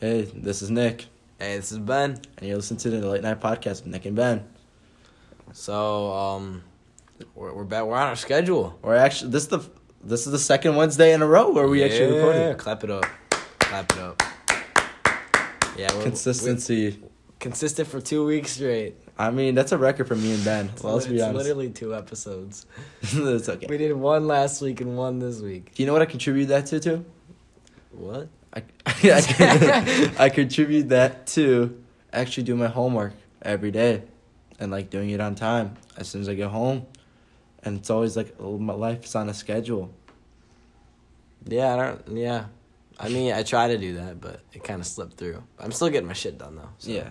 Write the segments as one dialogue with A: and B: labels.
A: Hey, this is Nick,
B: Hey, this is Ben.
A: and you're listening to the Late Night Podcast with Nick and Ben.
B: So, um, we're we're, back, we're on our schedule.
A: We're actually this is the this is the second Wednesday in a row where we actually
B: Yeah,
A: recorded.
B: Clap it up. Clap it up. Yeah, we're
A: Consistency.
B: we're consistent for two weeks straight.
A: I mean, that's a record for me and Ben. Well, let's
B: it's
A: be honest.
B: literally two episodes.
A: it's
B: We
A: okay.
B: did one last week and one this week.
A: You know what I contribute that to? Too.
B: What?
A: I I, I contribute that to actually do my homework every day, and like doing it on time as soon as I get home, and it's always like oh, my life's on a schedule.
B: Yeah, I don't. Yeah, I mean, I try to do that, but it kind of slipped through. I'm still getting my shit done though. So
A: Yeah.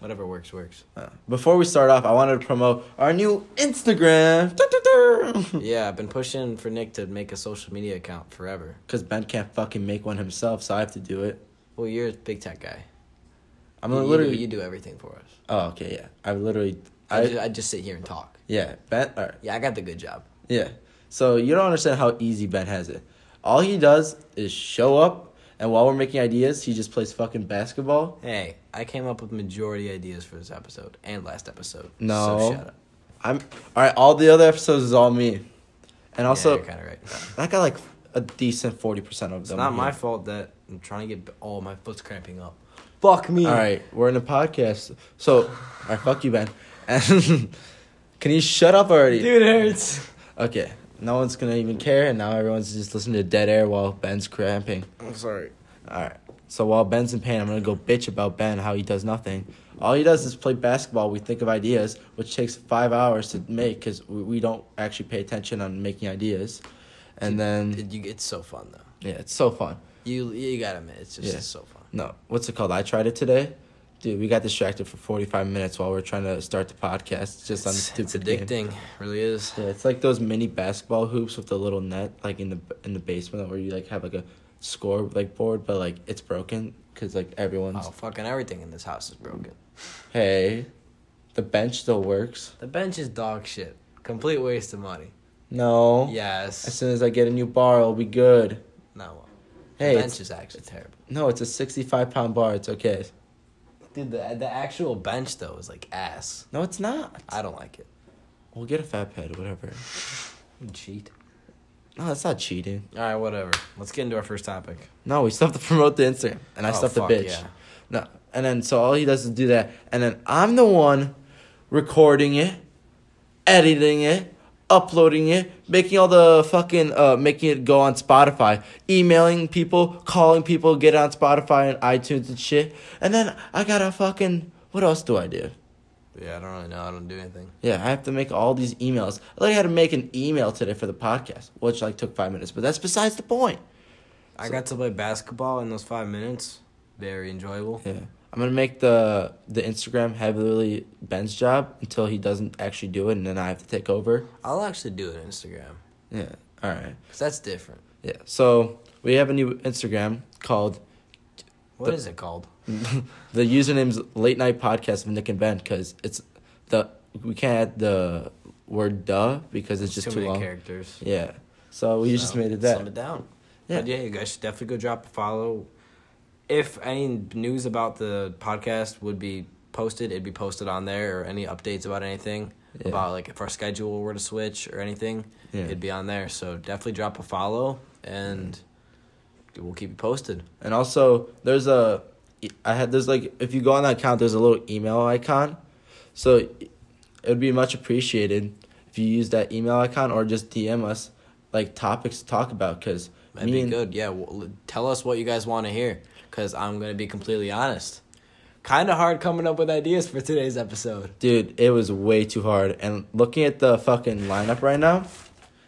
B: whatever works works.
A: Uh, Before we start off, I wanted to promote our new Instagram.
B: yeah, I've been pushing for Nick to make a social media account forever.
A: Because Ben can't fucking make one himself, so I have to do it.
B: Well, you're a big tech guy.
A: I'm
B: You-
A: gonna
B: you
A: literally.
B: do- you do everything for us.
A: oh, okay, yeah. I literally.
B: I,
A: I,
B: just, I just sit here and talk.
A: yeah, Ben. All right,
B: Yeah, I got the good job.
A: yeah. So you don't understand how easy Ben has it. All he does is show up, and while we're making ideas, he just plays fucking basketball.
B: Hey, I came up with majority ideas for this episode and last episode.
A: No.
B: so shut up.
A: I'm. All right, all the other episodes is all me. And also,
B: kind of right.
A: I got like a decent 40% of them.
B: It's not my fault that I'm trying to get. Oh, my foot's cramping up. Fuck me.
A: All right, we're in a podcast. So, all right, fuck you, Ben. And can you shut up already?
B: dude, it hurts.
A: Okay, no one's gonna even care, and now everyone's just listening to dead air while Ben's cramping.
B: I'm sorry.
A: All right, so while Ben's in pain, I'm gonna go bitch about Ben how he does nothing. All he does is play basketball. We think of ideas, which takes five hours to make because we, we don't actually pay attention on making ideas. And then
B: It, you, it's so fun though.
A: yeah, it's so fun.
B: You you gotta admit, it's just
A: Yeah.
B: it's so fun.
A: No, what's it called? I tried it today. Dude, we got distracted for 45 minutes while we are trying to start the podcast just on the
B: It's,
A: stupid
B: it's
A: game.
B: addicting, really is.
A: Yeah, it's like those mini basketball hoops with the little net, like in the in the basement, where you like have like a score like board, but like it's broken because like everyone's
B: Oh, fucking everything in this house is broken.
A: hey, the bench still works.
B: The bench is dog shit. Complete waste of money.
A: No. As
B: Yes.
A: soon as I get a new bar, it'll be good.
B: No.
A: Hey,
B: the bench
A: it's-
B: is actually terrible.
A: no, it's a sixty-five pound bar. It's okay.
B: Dude, the the actual bench though is like ass.
A: No, it's not.
B: I don't like it.
A: We'll get a fat pad, whatever.
B: Cheat.
A: No, that's not cheating.
B: All right, whatever. Let's get into our first topic.
A: No, we still have to promote the Instagram, and I
B: Oh,
A: still have to
B: fuck,
A: bitch.
B: yeah.
A: No, and then so all he does is do that, and then I'm the one recording it, editing it, uploading it, making all the fucking uh, making it go on Spotify, emailing people, calling people, get it on Spotify and iTunes and shit, and then I gotta fucking what else do I do?
B: Yeah, I don't really know. I don't do anything.
A: Yeah, I have to make all these emails. I literally had to make an email today for the podcast, which like took five minutes, but that's besides the point.
B: I got to play basketball in those five minutes. Very enjoyable.
A: Yeah. I'm gonna make the the Instagram heavily Ben's job until he doesn't actually do it, and then I have to take over.
B: I'll actually do an Instagram
A: Yeah. All right.
B: because that's different.
A: Yeah. So we have a new Instagram called
B: What is
A: The-
B: it called?
A: the username's Late Night Podcast of Nick and Ben because it's the we can't add the word duh because it's just too,
B: many
A: long.
B: characters.
A: Yeah. So we just
B: So,
A: made it that.
B: Slim it down.
A: Yeah.
B: Yeah, yeah. You guys should definitely go drop a follow. If any news about the podcast would be posted, it'd be posted on there, or any updates about anything
A: Yeah.
B: about like if our schedule were to switch or anything,
A: Yeah.
B: it'd be on there. So definitely drop a follow, and we'll keep you posted.
A: And also, there's a, I had there's like if you go on that account, there's a little email icon, so it would be much appreciated if you use that email icon or just DM us like topics to talk about because
B: That'd be good. Yeah, well, tell us what you guys want to hear, because I'm gonna be completely honest. Kind of hard coming up with ideas for today's episode.
A: dude, it was way too hard. And looking at the fucking lineup right now,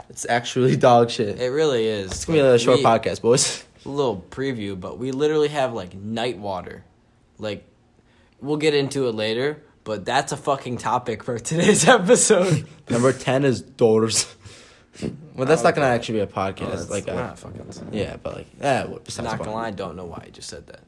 A: it's actually dog shit.
B: It really is.
A: It's gonna be a short
B: We-
A: podcast, boys.
B: little preview, but we literally have like night water. Like, we'll get into it later, but that's a fucking topic for today's episode.
A: Number ten is daughters. Oh, well, that's not gonna
B: Okay.
A: actually be a podcast. like,
B: I'm
A: a,
B: not fucking.
A: yeah, but like, yeah.
B: I'm
A: Besides,
B: not
A: the
B: gonna
A: point.
B: lie, I don't know why I just said that.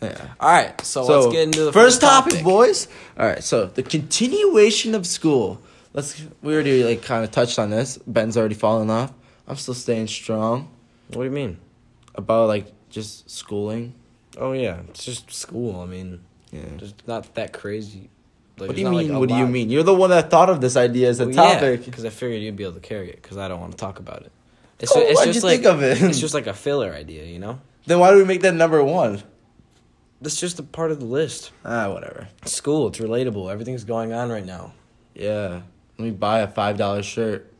A: Yeah.
B: All right, so,
A: So,
B: let's get into the
A: first, topic, boys. All right, so the continuation of school. Let's. We already like kind of touched on this. Ben's already fallen off. I'm still staying strong
B: What do you mean?
A: about like just schooling.
B: Oh yeah, it's just school. I mean,
A: Yeah.
B: it's not that crazy. Like,
A: What do you mean? What do you mean? You're the one that thought of this idea as a topic.
B: Because I figured you'd be able to carry it. Because I don't want to talk about it. It's,
A: Oh,
B: ju- it's
A: what'd
B: just
A: you
B: like
A: think of it?
B: it's just like a filler idea, you know.
A: Then why do we make that number one?
B: That's just a part of the list.
A: Ah, whatever.
B: It's school. It's relatable. Everything's going on right now.
A: Yeah. Let me buy a five dollar shirt.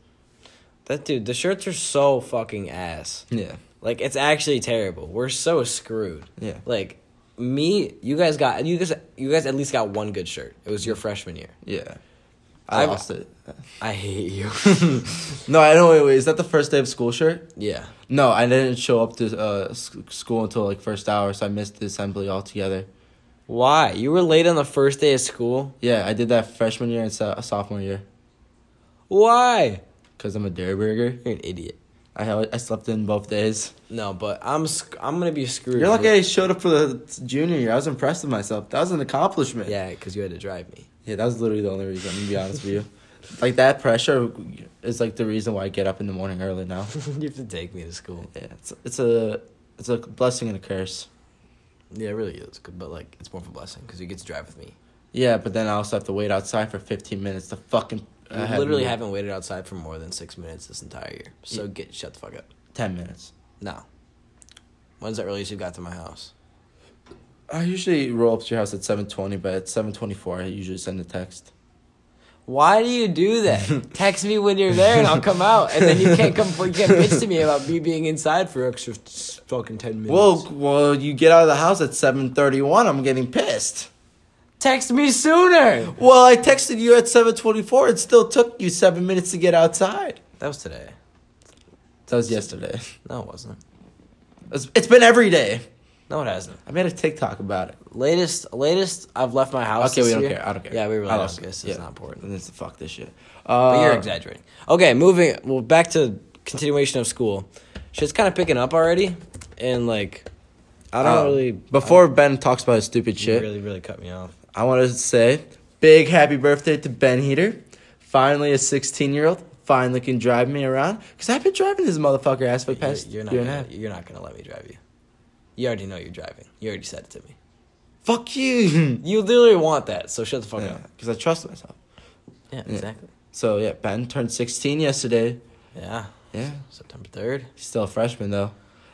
B: That dude, the shirts are so fucking ass.
A: Yeah.
B: Like it's actually terrible. We're so screwed.
A: Yeah.
B: Like me, you guys got you guys you guys at least got one good shirt. It was your freshman year.
A: Yeah. I
B: I've-
A: lost it.
B: I hate you.
A: No, I don't. Wait, wait. Is that the first day of school shirt?
B: yeah.
A: No, I didn't show up to uh, sc- school until like first hour, so I missed the assembly altogether.
B: Why? You were late on the first day of school?
A: Yeah, I did that freshman year and so- sophomore year
B: Why?
A: because I'm a dare burger.
B: You're an idiot.
A: I hel- I slept in both days.
B: No, but I'm sc- I'm gonna be screwed.
A: You're lucky I showed up for the junior year. I was impressed with myself. That was an accomplishment.
B: Yeah, because you had to drive me.
A: Yeah, that was literally the only reason. I'm gonna be honest with you. Like that pressure is like the reason why I get up in the morning early now.
B: you have to take me to school.
A: Yeah, it's it's a it's a blessing and a curse.
B: Yeah, it really is. But like, it's more of a blessing because you get to drive with me.
A: Yeah, but then I also have to wait outside for 15 minutes to fucking.
B: You
A: I had
B: literally haven't waited outside for more than six minutes this entire year. So get shut the fuck up.
A: 10 minutes.
B: No. When's the earliest you got to my house?
A: I usually roll up to your house at 7:20, but at 7:24 I usually send a text.
B: Why do you do that? Text me when you're there and I'll come out, and then you can't come. You can't bitch to me about me being inside for extra s- fucking ten minutes.
A: Well, well, you get out of the house at 7:31, I'm getting pissed.
B: text me sooner.
A: Well, I texted you at 7:24. It still took you 7 minutes to get outside.
B: That was today.
A: That was yesterday.
B: No, it wasn't.
A: It's- it's been every day.
B: No, it hasn't.
A: I made a TikTok about it.
B: Latest, latest. I've left my house.
A: Okay, we
B: this
A: don't
B: year.
A: care. I don't care.
B: Yeah, we really
A: I
B: don't
A: lost
B: care.
A: it.
B: This
A: Yeah.
B: is not important.
A: This, fuck this shit.
B: But you're
A: Uh,
B: exaggerating. Okay, moving. Well, back to continuation of school. Shit's kind of picking up already, and like, I don't
A: uh,
B: really.
A: Before Ben talks about his stupid
B: you
A: shit,
B: really, really cut me off.
A: I want to say big happy birthday to Ben Heater. Finally, a 16 year old finally can drive me around because I've been driving this motherfucker ass for the
B: You're,
A: past
B: you're not.
A: year and a
B: gonna,
A: half.
B: you're not gonna let me drive you. You already know you're driving. You already said it to me.
A: Fuck you.
B: You literally want that, so shut the fuck
A: Because
B: up.
A: I trust myself.
B: Yeah, exactly.
A: So yeah, Ben turned 16 yesterday.
B: Yeah,
A: Yeah,
B: September third.
A: he's still a freshman though,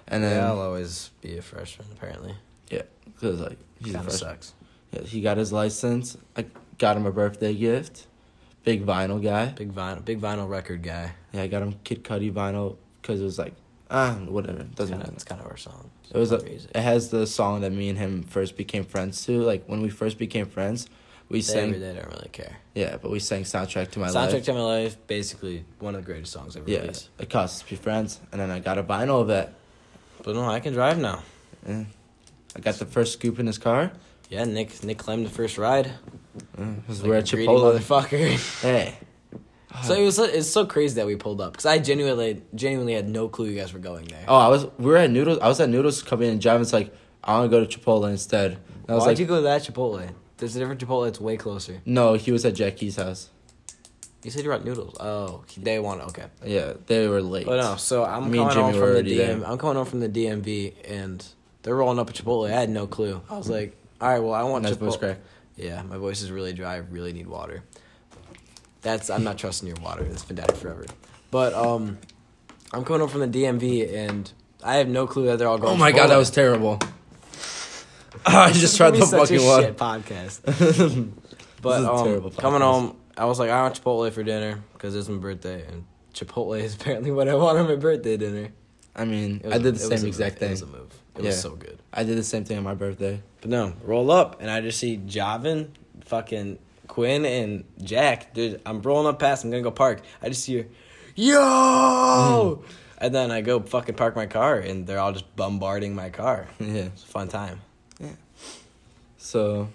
A: and then
B: Yeah, I'll
A: yeah,
B: always be a freshman. Apparently,
A: because like he's a
B: kind of
A: freshman.
B: sucks.
A: Yeah, he got his license. I got him a birthday gift. Big vinyl guy.
B: Big vinyl, big vinyl record guy.
A: Yeah, I got him Kid Cudi vinyl because it was like ah whatever doesn't
B: Kinda-
A: matter.
B: It's kind of our song.
A: It was a,
B: Our music.
A: it has the song that me and him first became friends to. Like when we first became friends, we
B: They,
A: sang
B: they don't really care.
A: yeah, but we sang soundtrack to my
B: Soundtrack
A: life.
B: to My Life, basically one of the greatest songs ever
A: yeah,
B: released.
A: it cost us to be friends, and then I got a vinyl of it.
B: But no, I can drive now.
A: Yeah. I got the first scoop in his car.
B: Yeah, Nick Nick claimed the first ride.
A: Yeah, 'cause
B: Like
A: we're
B: a
A: at
B: greedy
A: Chipotle.
B: motherfucker.
A: Hey,
B: so it was so- it's so crazy that we pulled up because I genuinely genuinely had no clue you guys were going there.
A: oh, I was we were at Noodles. I was at Noodles coming in, and Javin's like, I want to go to Chipotle instead. And I
B: Why'd
A: was like,
B: you go to that Chipotle? There's a different Chipotle. It's way closer.
A: no, he was at Jackie's house.
B: You said you're at Noodles. Oh, day one. Okay.
A: Yeah, they were late.
B: Oh no. So I'm
A: Me and
B: coming home
A: Jimmy were
B: from the
A: already
B: DM.
A: there.
B: I'm coming home from the DMV and they're rolling up a Chipotle. I had no clue. I was like, all right, well, I want
A: Nice voice
B: Chipotle.
A: crack.
B: Yeah, my voice is really dry. I really need water. That's I'm not trusting your water. It's been down forever. But um, I'm coming home from the DMV and I have no clue that they're all going.
A: Oh my god,
B: Chipotle.
A: that was terrible. I just tried
B: This
A: the
B: is gonna
A: fucking
B: be such
A: one.
B: a Shit podcast. but
A: is a
B: um,
A: terrible
B: coming
A: podcast.
B: home, I was like, I want Chipotle for dinner because it's my birthday and. Chipotle is apparently what I want on my birthday dinner.
A: I mean,
B: It was
A: I
B: a-
A: did
B: it
A: the
B: was
A: same
B: a
A: exact
B: move. It
A: thing.
B: was a move. It
A: Yeah.
B: was so good.
A: I did the same thing on my birthday.
B: But no, roll up, and I just see Javin, fucking Quinn, and Jack. Dude, I'm rolling up past. I'm gonna go park. I just hear, yo,
A: Mm.
B: and then I go fucking park my car, and they're all just bombarding my car.
A: Yeah.
B: It's a fun time.
A: So,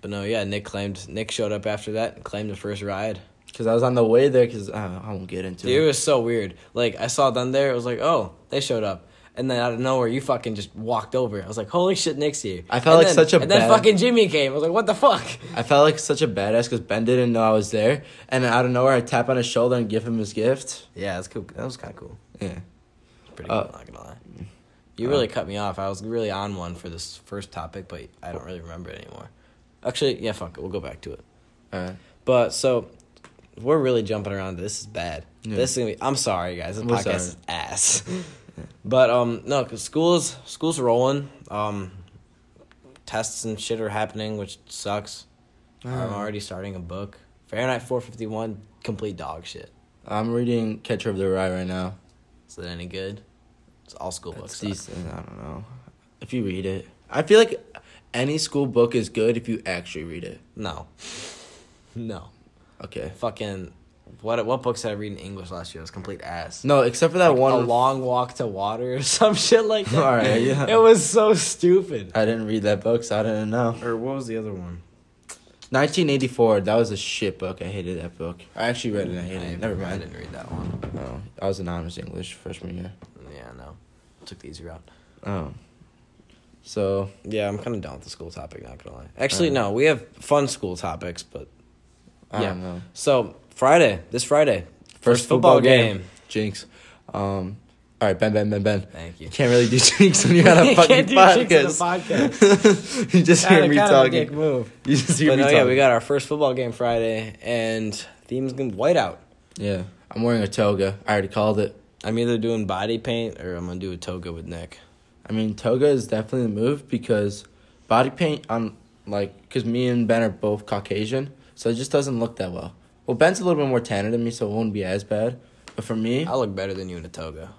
B: But no, yeah, Nick claimed Nick showed up after that, and claimed the first ride.
A: because I was on the way there, because I, I won't get into
B: Dude, it
A: it.
B: was so weird. Like I saw them there, it was like, oh, they showed up. And then out of nowhere, you fucking just walked over. I was like, "Holy shit, Nick's here!"
A: I felt
B: And
A: like
B: then-
A: such a
B: And then
A: bad-
B: fucking Jimmy came. I was like, "What the fuck?"
A: I felt like such a badass because Ben didn't know I was there, and then out of nowhere I tap on his shoulder and give him his gift.
B: Yeah, that's cool. That was kind of cool.
A: Yeah.
B: Pretty
A: Uh,
B: cool, not gonna lie. You really cut me off. I was really on one for this first topic, but I don't really remember it anymore. Actually, yeah, fuck it. We'll go back to it.
A: Alright.
B: But so we're really jumping around. This is bad.
A: Yeah.
B: This is gonna be. I'm sorry, guys. This
A: We're
B: podcast
A: sorry.
B: is ass. but um, no, 'cause school's school's rolling. Um, tests and shit are happening, which sucks. I'm
A: Um, Uh-huh.
B: already starting a book. Fahrenheit 451, complete dog shit.
A: I'm reading Catcher of the Rye right now.
B: Is that any good? It's all school
A: It's
B: books. suck.
A: decent. I don't know. If you read it, I feel like any school book is good if you actually read it.
B: No, no.
A: Okay.
B: Fucking what? What books did I read in English last year? It was complete ass.
A: No, except for that one.
B: a long walk to water or some shit like that.
A: Alright, yeah.
B: It was so stupid.
A: I didn't read that book, so I didn't know.
B: Or what was the other one?
A: 1984. That was a shit book. I hated that book. I actually read it. and I hated it. Never
B: I
A: mind.
B: didn't read that one.
A: Oh, I was in honors English freshman year.
B: Yeah, no. Took the easy route.
A: Oh. So
B: Yeah, I'm kind of down with the school topic, not gonna lie. Actually, no, we have fun school topics, but.
A: I
B: yeah.
A: don't know.
B: So, Friday, this Friday, first, football, game.
A: Jinx. Um. All right, Ben, Ben, Ben, Ben.
B: Thank you.
A: You can't really do jinx when you're on a
B: You
A: fucking
B: can't do jinx on a
A: podcast. you just hear
B: Kinda-
A: me
B: kinda a dick
A: talking.
B: move.
A: You just hear
B: But
A: me
B: no,
A: talking.
B: yeah, we got our first football game Friday, and theme's gonna be whiteout.
A: Yeah, I'm wearing a toga. I already called it.
B: I'm either doing body paint or I'm gonna do a toga with Nick.
A: I mean, toga is definitely the move because body paint on like because me and Ben are both Caucasian, so it just doesn't look that well. Well, Ben's a little bit more tanner than me, so it won't be as bad. But for me,
B: I look better than you in a toga.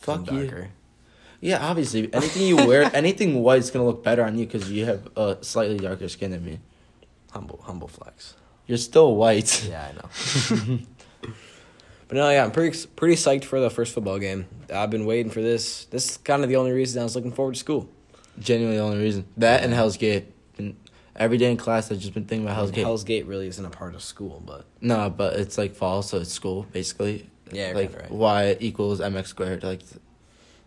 B: 'Cause I'm
A: fuck you.
B: darker.
A: Yeah, obviously, anything you wear, anything white's gonna look better on you because you have a uh, slightly darker skin than me.
B: Humble, humble flex.
A: You're still white.
B: Yeah, I know. but no, yeah, I'm pretty ex- pretty psyched for the first football game. I've been waiting for this. This is kind of the only reason I was looking forward to school.
A: Genuinely, the only reason that and Hell's Gate. And every day in class, I've just been thinking about Hell's Gate.
B: Hell's Gate really isn't a part of school, but
A: No, but it's like fall, so it's school basically.
B: Yeah, you're
A: like
B: kinda right.
A: y equals mx squared. Like, th-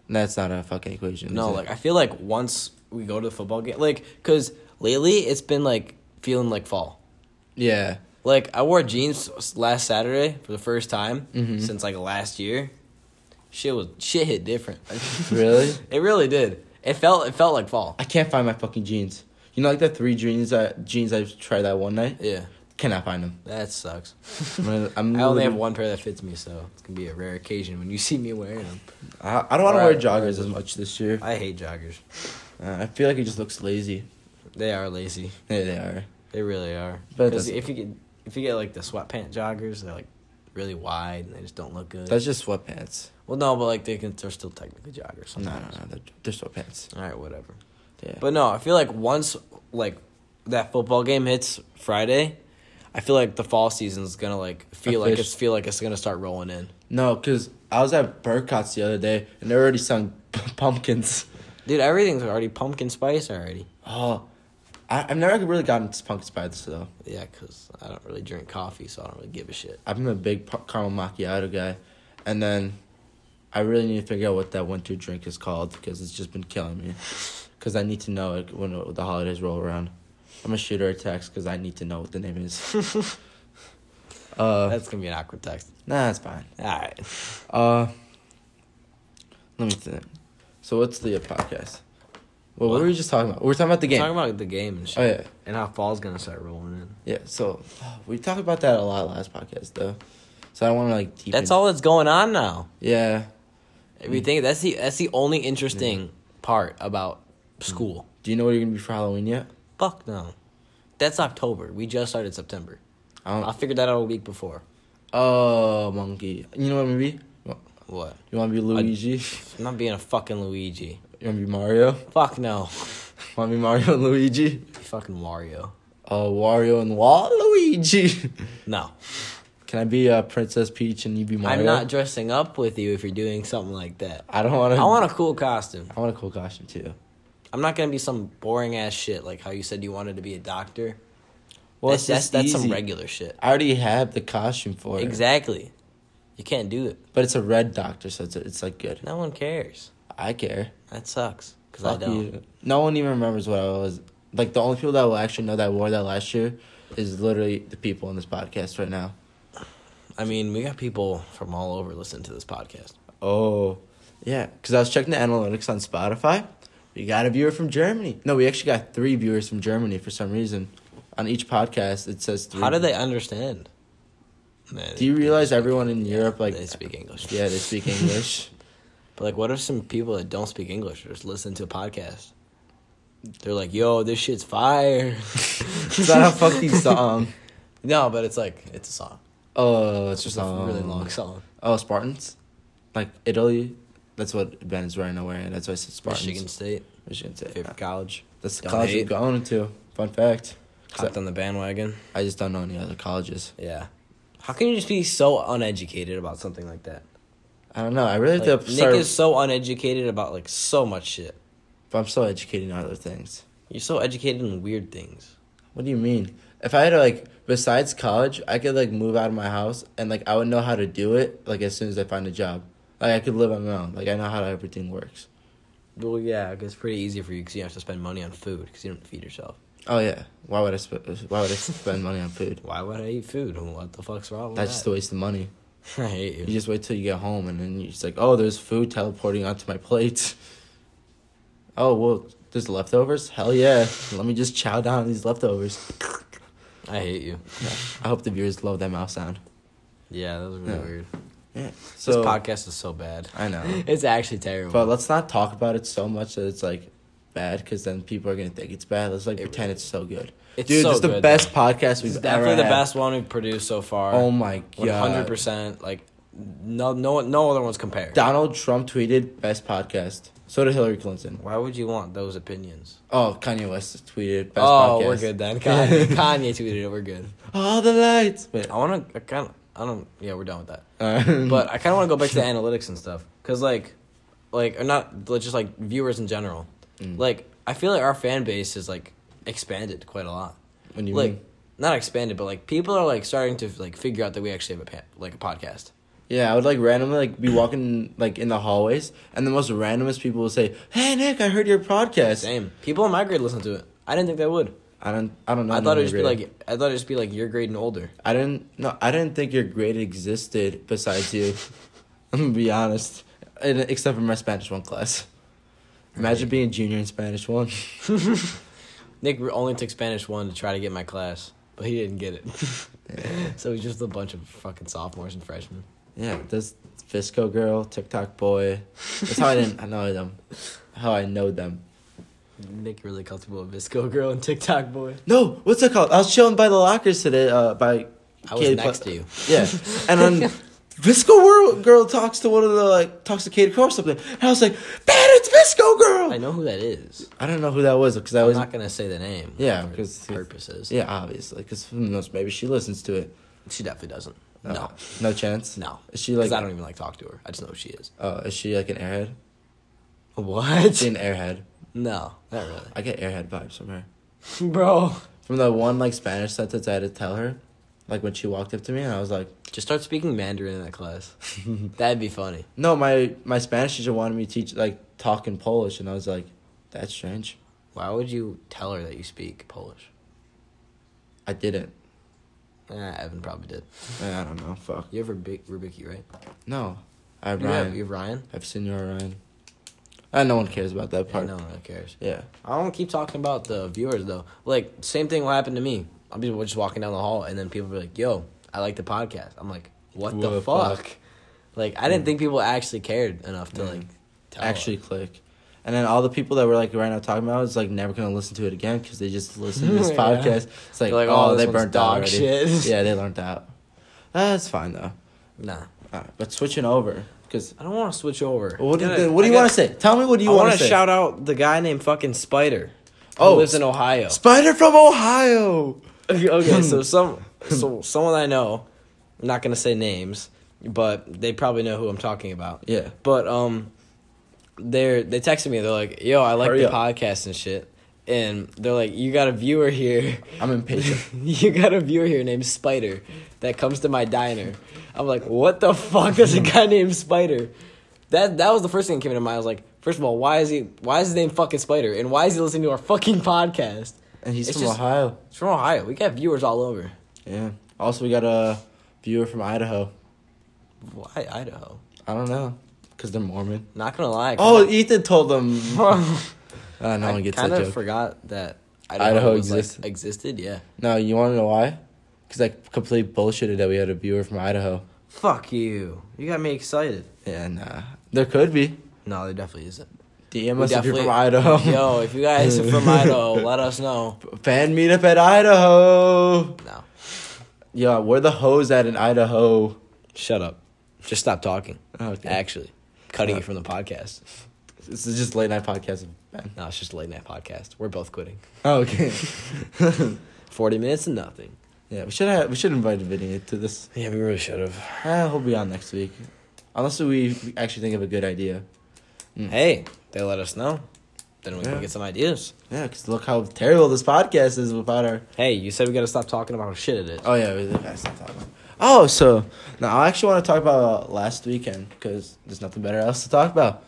A: that's not a fucking equation.
B: no,
A: is it?
B: like I feel like once we go to the football game, like because lately it's been like feeling like fall.
A: yeah,
B: Like I wore jeans s- last Saturday for the first time
A: Mm-hmm.
B: since like last year. Shit was shit hit different.
A: really.
B: it really did. It felt it felt like fall.
A: I can't find my fucking jeans. You know, like the three jeans that jeans I tried that one night.
B: Yeah,
A: Cannot find them.
B: that sucks.
A: I'm, gonna- I'm
B: I only have
A: literally-
B: one pair that fits me, so it's gonna be a rare occasion when you see me wearing them.
A: I, I don't want to wear
B: Alright,
A: joggers as much this year.
B: I hate joggers.
A: Uh, I feel like it just looks lazy.
B: They are lazy.
A: Yeah, they are.
B: They really are.
A: But it
B: 'Cause
A: doesn't-
B: if you get if you get like the sweatpant joggers, they're like really wide and they just don't look good.
A: That's just sweatpants.
B: well, no, but like they can, they're still technically joggers.
A: No, no,
B: Sometimes.
A: no. They're, they're sweatpants.
B: All right, whatever.
A: Yeah.
B: But no, I feel like once like that football game hits Friday, I feel like the fall season's gonna like feel like
A: Offici-
B: it's feel like it's gonna start rolling in.
A: no, because I was at Burcott's the other day and they're already selling p- pumpkins.
B: Dude, everything's already pumpkin spice already.
A: Oh, I, I've never really gotten pumpkin spice though.
B: Yeah, cause I don't really drink coffee, so I don't really give a shit.
A: I've been a big pu- caramel macchiato guy, and then I really need to figure out what that winter drink is called because it's just been killing me. Because I need to know it when the holidays roll around. I'm gonna shoot her a text because I need to know what the name is. uh,
B: That's gonna be an awkward text.
A: nah, it's fine.
B: All right.
A: Uh, let me think. So what's the podcast? Well, what were we just talking about? We were talking about the game.
B: Talking about the game and shit.
A: oh yeah,
B: And how fall's gonna start rolling in.
A: yeah. So we talked about that a lot last podcast though. So I don't want to like deep.
B: That's
A: in-
B: all that's going on now.
A: Yeah.
B: If
A: Mm.
B: you think that's the that's the only interesting part about
A: Mm.
B: school.
A: Do you know what you're gonna be for Halloween yet?
B: Fuck no. That's October. We just started September.
A: I
B: I
A: don't.
B: figured that out a week before.
A: Oh, monkey. You know what I'm gonna be?
B: What?
A: You wanna be Luigi?
B: I'm not being a fucking Luigi.
A: You wanna be Mario?
B: Fuck no.
A: Wanna be Mario and Luigi?
B: fucking Wario.
A: Uh, Wario and Waluigi.
B: No.
A: Can I be uh, Princess Peach and you be Mario?
B: I'm not dressing up with you if you're doing something like that.
A: I don't wanna.
B: I want a cool costume.
A: I want a cool costume too.
B: I'm not gonna be some boring ass shit like how you said you wanted to be a doctor.
A: Well,
B: that's
A: it's
B: that's,
A: just
B: that's some
A: easy.
B: regular shit.
A: I already have the costume for it.
B: Exactly. You can't do it.
A: But it's a red doctor, so it's, it's like good.
B: No one cares.
A: I care.
B: That sucks. Cause
A: Fuck
B: I don't.
A: you. No one even remembers what I was. Like the only people that will actually know that I wore that last year is literally the people in this podcast right now.
B: I mean, we got people from all over listening to this podcast.
A: Oh, Yeah, because I was checking the analytics on Spotify. We got a viewer from Germany. No, we actually got three viewers from Germany for some reason. On each podcast, it says three.
B: How do they understand? Man,
A: Do you
B: they-
A: realize everyone in Europe like?
B: they speak English?
A: Yeah, they speak English.
B: But like, what if some people that don't speak English just listen to a podcast? They're like, "Yo, this shit's fire."
A: it's not a fucking song.
B: no, but it's like it's a song.
A: Oh, it's
B: It's
A: just
B: a really long song.
A: Oh, Spartans, like Italy. That's what Ben is right now wearing. That's why I said Spartans.
B: Michigan State,
A: Michigan State.
B: favorite college.
A: That's the
B: Don't
A: college I'm
B: hate.
A: going to. Fun fact. 'Cause
B: Hopped on the bandwagon.
A: I, I just don't know any other colleges.
B: Yeah. How can you just be so uneducated about something like that?
A: I don't know. I really have
B: Like,
A: to
B: Nick
A: start.
B: is so uneducated about like so much shit.
A: but I'm so educated on other things.
B: You're so educated in weird things.
A: What do you mean? If I had to, like besides college, I could like move out of my house and like I would know how to do it like as soon as I find a job. Like I could live on my own. Like I know how everything works.
B: Well, yeah, 'cause it's pretty easy for you because you don't have to spend money on food because you don't feed yourself.
A: Oh yeah. Why would I sp- Why would I spend money on food?
B: Why would I eat food? What the fuck's wrong with
A: That's just a
B: that?
A: waste of money.
B: I hate you.
A: You just wait till you get home and then you're just like, oh, there's food teleporting onto my plate. Oh well, there's leftovers. Hell yeah. Let me just chow down on these leftovers.
B: I hate you.
A: I hope the viewers love that mouse sound.
B: Yeah, that was really
A: Yeah.
B: weird.
A: Yeah. So
B: this podcast is so bad.
A: I know.
B: It's actually terrible.
A: But let's not talk about it so much that it's like bad, because then people are gonna think it's bad. Let's like pretend it's so good.
B: It's
A: Dude,
B: so
A: this is the
B: good,
A: best podcast
B: This
A: we've
B: is
A: ever
B: definitely the
A: had.
B: best one we've produced so far.
A: Oh my
B: One hundred
A: god!
B: percent. Like no, no, no other ones compared.
A: Donald Trump tweeted best podcast. So did Hillary Clinton.
B: Why would you want those opinions?
A: Oh, Kanye West tweeted best
B: oh,
A: podcast.
B: we're good then. Kanye, Kanye tweeted it. We're good.
A: All the lights. Wait,
B: I want to. I kind of. I don't. Yeah, we're done with that.
A: uh,
B: But I kind of want to go back to the analytics and stuff because like, like or not like, just like viewers in general.
A: Mm.
B: Like I feel like our fan base is like expanded quite a lot.
A: when you
B: like
A: mean-
B: not expanded, but like people are like starting to like figure out that we actually have a pa- like a podcast.
A: yeah, I would like randomly like be walking like in the hallways, and the most randomest people will say, "Hey Nick, I heard your podcast."
B: Same. People in my grade listen to it. I didn't think they would.
A: I don't, I don't know.
B: I thought
A: no
B: it'd just be
A: neighbor.
B: like I thought it'd just be like your grade and older.
A: I didn't no I didn't think your grade existed besides you. I'm gonna be honest. And- except for my Spanish one class. Imagine being a junior in Spanish one.
B: Nick re- only took Spanish one to try to get my class, but he didn't get it. so he's just a bunch of fucking sophomores and freshmen.
A: Yeah, this Fisco girl, TikTok boy. That's how I didn't I know them. How I know them.
B: Nick really comfortable with Visco girl and TikTok boy.
A: No, what's it called? I was chilling by the lockers today, uh by
B: I was
A: Katie
B: next
A: Pla-
B: to you.
A: Yeah. And then Visco World girl talks to one of the like talks to Katie Crow or something. And I was like, Man, it's Visco girl
B: I
A: I,
B: know who that is.
A: don't know who that was because I
B: I'm
A: was
B: not gonna say the name.
A: Yeah,
B: for
A: 'cause-
B: purposes.
A: Yeah, obviously, because who knows? Maybe she listens to it.
B: She definitely doesn't.
A: Uh,
B: No,
A: no chance.
B: no.
A: Is she like?
B: Because I don't even like talk to her. I just know who she is.
A: Oh, is she like an airhead? Is she
B: What?
A: an airhead?
B: No, not really,
A: I get airhead vibes from her.
B: bro.
A: From the one like Spanish sentence I had to tell her, like when she walked up to me and I was like,
B: Just start speaking Mandarin in that class. That'd be funny.
A: "No, my my Spanish teacher wanted me to teach like talk in Polish," and I was like, "That's strange."
B: Why would you tell her that you speak Polish?
A: I didn't.
B: Eh, Evan probably did.
A: I don't know. Fuck.
B: You have Rubik, Rubiki, right?
A: No, I have
B: You have,
A: Ryan.
B: you have Ryan?
A: I've seen your Ryan. Uh, no one cares about that
B: Yeah,
A: part.
B: no one really cares.
A: Yeah.
B: I don't keep talking about the viewers, though. Like, same thing will happen to me. I'll be just walking down the hall, and then people be like, yo, I like the podcast. I'm like, what
A: What
B: the
A: the
B: fuck? Like, I didn't think people actually cared enough to,
A: Mm.
B: like, tell
A: actually click. And then all the people that were like right now talking about it's like never gonna listen to it again because they just listened to this
B: Yeah.
A: podcast. It's like,
B: They're like,
A: oh,
B: "Oh, this
A: they
B: one's
A: burnt
B: dog
A: out already.
B: shit.
A: yeah, they learned out. That's fine though.
B: Nah.
A: All right, but switching over because
B: I don't want to switch over.
A: what, do
B: I
A: you-
B: gotta-
A: what do you
B: I
A: want
B: gotta-
A: to say? Tell me what do you
B: I
A: want
B: want
A: to say.
B: shout out the guy named fucking Spider. Oh,
A: Oh,
B: who lives
A: S-
B: in Ohio.
A: Spider from Ohio.
B: Okay, okay, so some so someone I know, I'm not gonna say names, but they probably know who I'm talking about.
A: Yeah.
B: But um they're they texted me, they're like, Yo, I like
A: Hurry
B: the
A: up.
B: podcast and shit. And they're like, You got a viewer here
A: I'm impatient.
B: you got a viewer here named Spider that comes to my diner. I'm like, what the fuck is a guy named Spider? That that was the first thing that came into mind. I was like, first of all, why is he why is his name fucking Spider? And why is he listening to our fucking podcast?
A: and he's
B: It's
A: from
B: just-
A: Ohio.
B: It's from Ohio. We got viewers all over.
A: Yeah. Also, we got a viewer from Idaho.
B: Why Idaho?
A: I don't know. because they're Mormon.
B: Not gonna lie.
A: Oh, Ethan told them. Uh, no
B: I
A: one gets
B: kind
A: that
B: of
A: joke.
B: forgot that
A: Idaho
B: was, like,
A: existed.
B: existed, yeah.
A: no, you want to know why? Because I completely bullshitted that we had a viewer from Idaho.
B: Fuck you. You got me excited.
A: And uh, there could be.
B: No, there definitely isn't.
A: DM
B: We
A: us if you're
B: definitely-
A: from Idaho.
B: Yo, if you guys are from Idaho, let us know.
A: Fan meetup at Idaho.
B: No.
A: Yeah, where the hoes at in Idaho?
B: Shut up. Just stop talking.
A: Okay.
B: Actually, cutting
A: Uh,
B: you from the podcast.
A: This is just late night podcast of Ben.
B: No, it's just a late night podcast. We're both quitting.
A: Oh, okay.
B: Forty minutes and nothing.
A: yeah, we should have we should invite Vinny to this.
B: Yeah, we really should have.
A: Ah, he'll be on next week, unless we we actually think of a good idea.
B: Hey, they let us know. Then we
A: Yeah.
B: can get some ideas.
A: Yeah, because look how terrible this podcast is without our.
B: Hey, you said we gotta stop talking about how shit it is.
A: Oh yeah, we gotta stop talking. about- Oh, so now I actually want to talk about last weekend because there's nothing better else to talk about,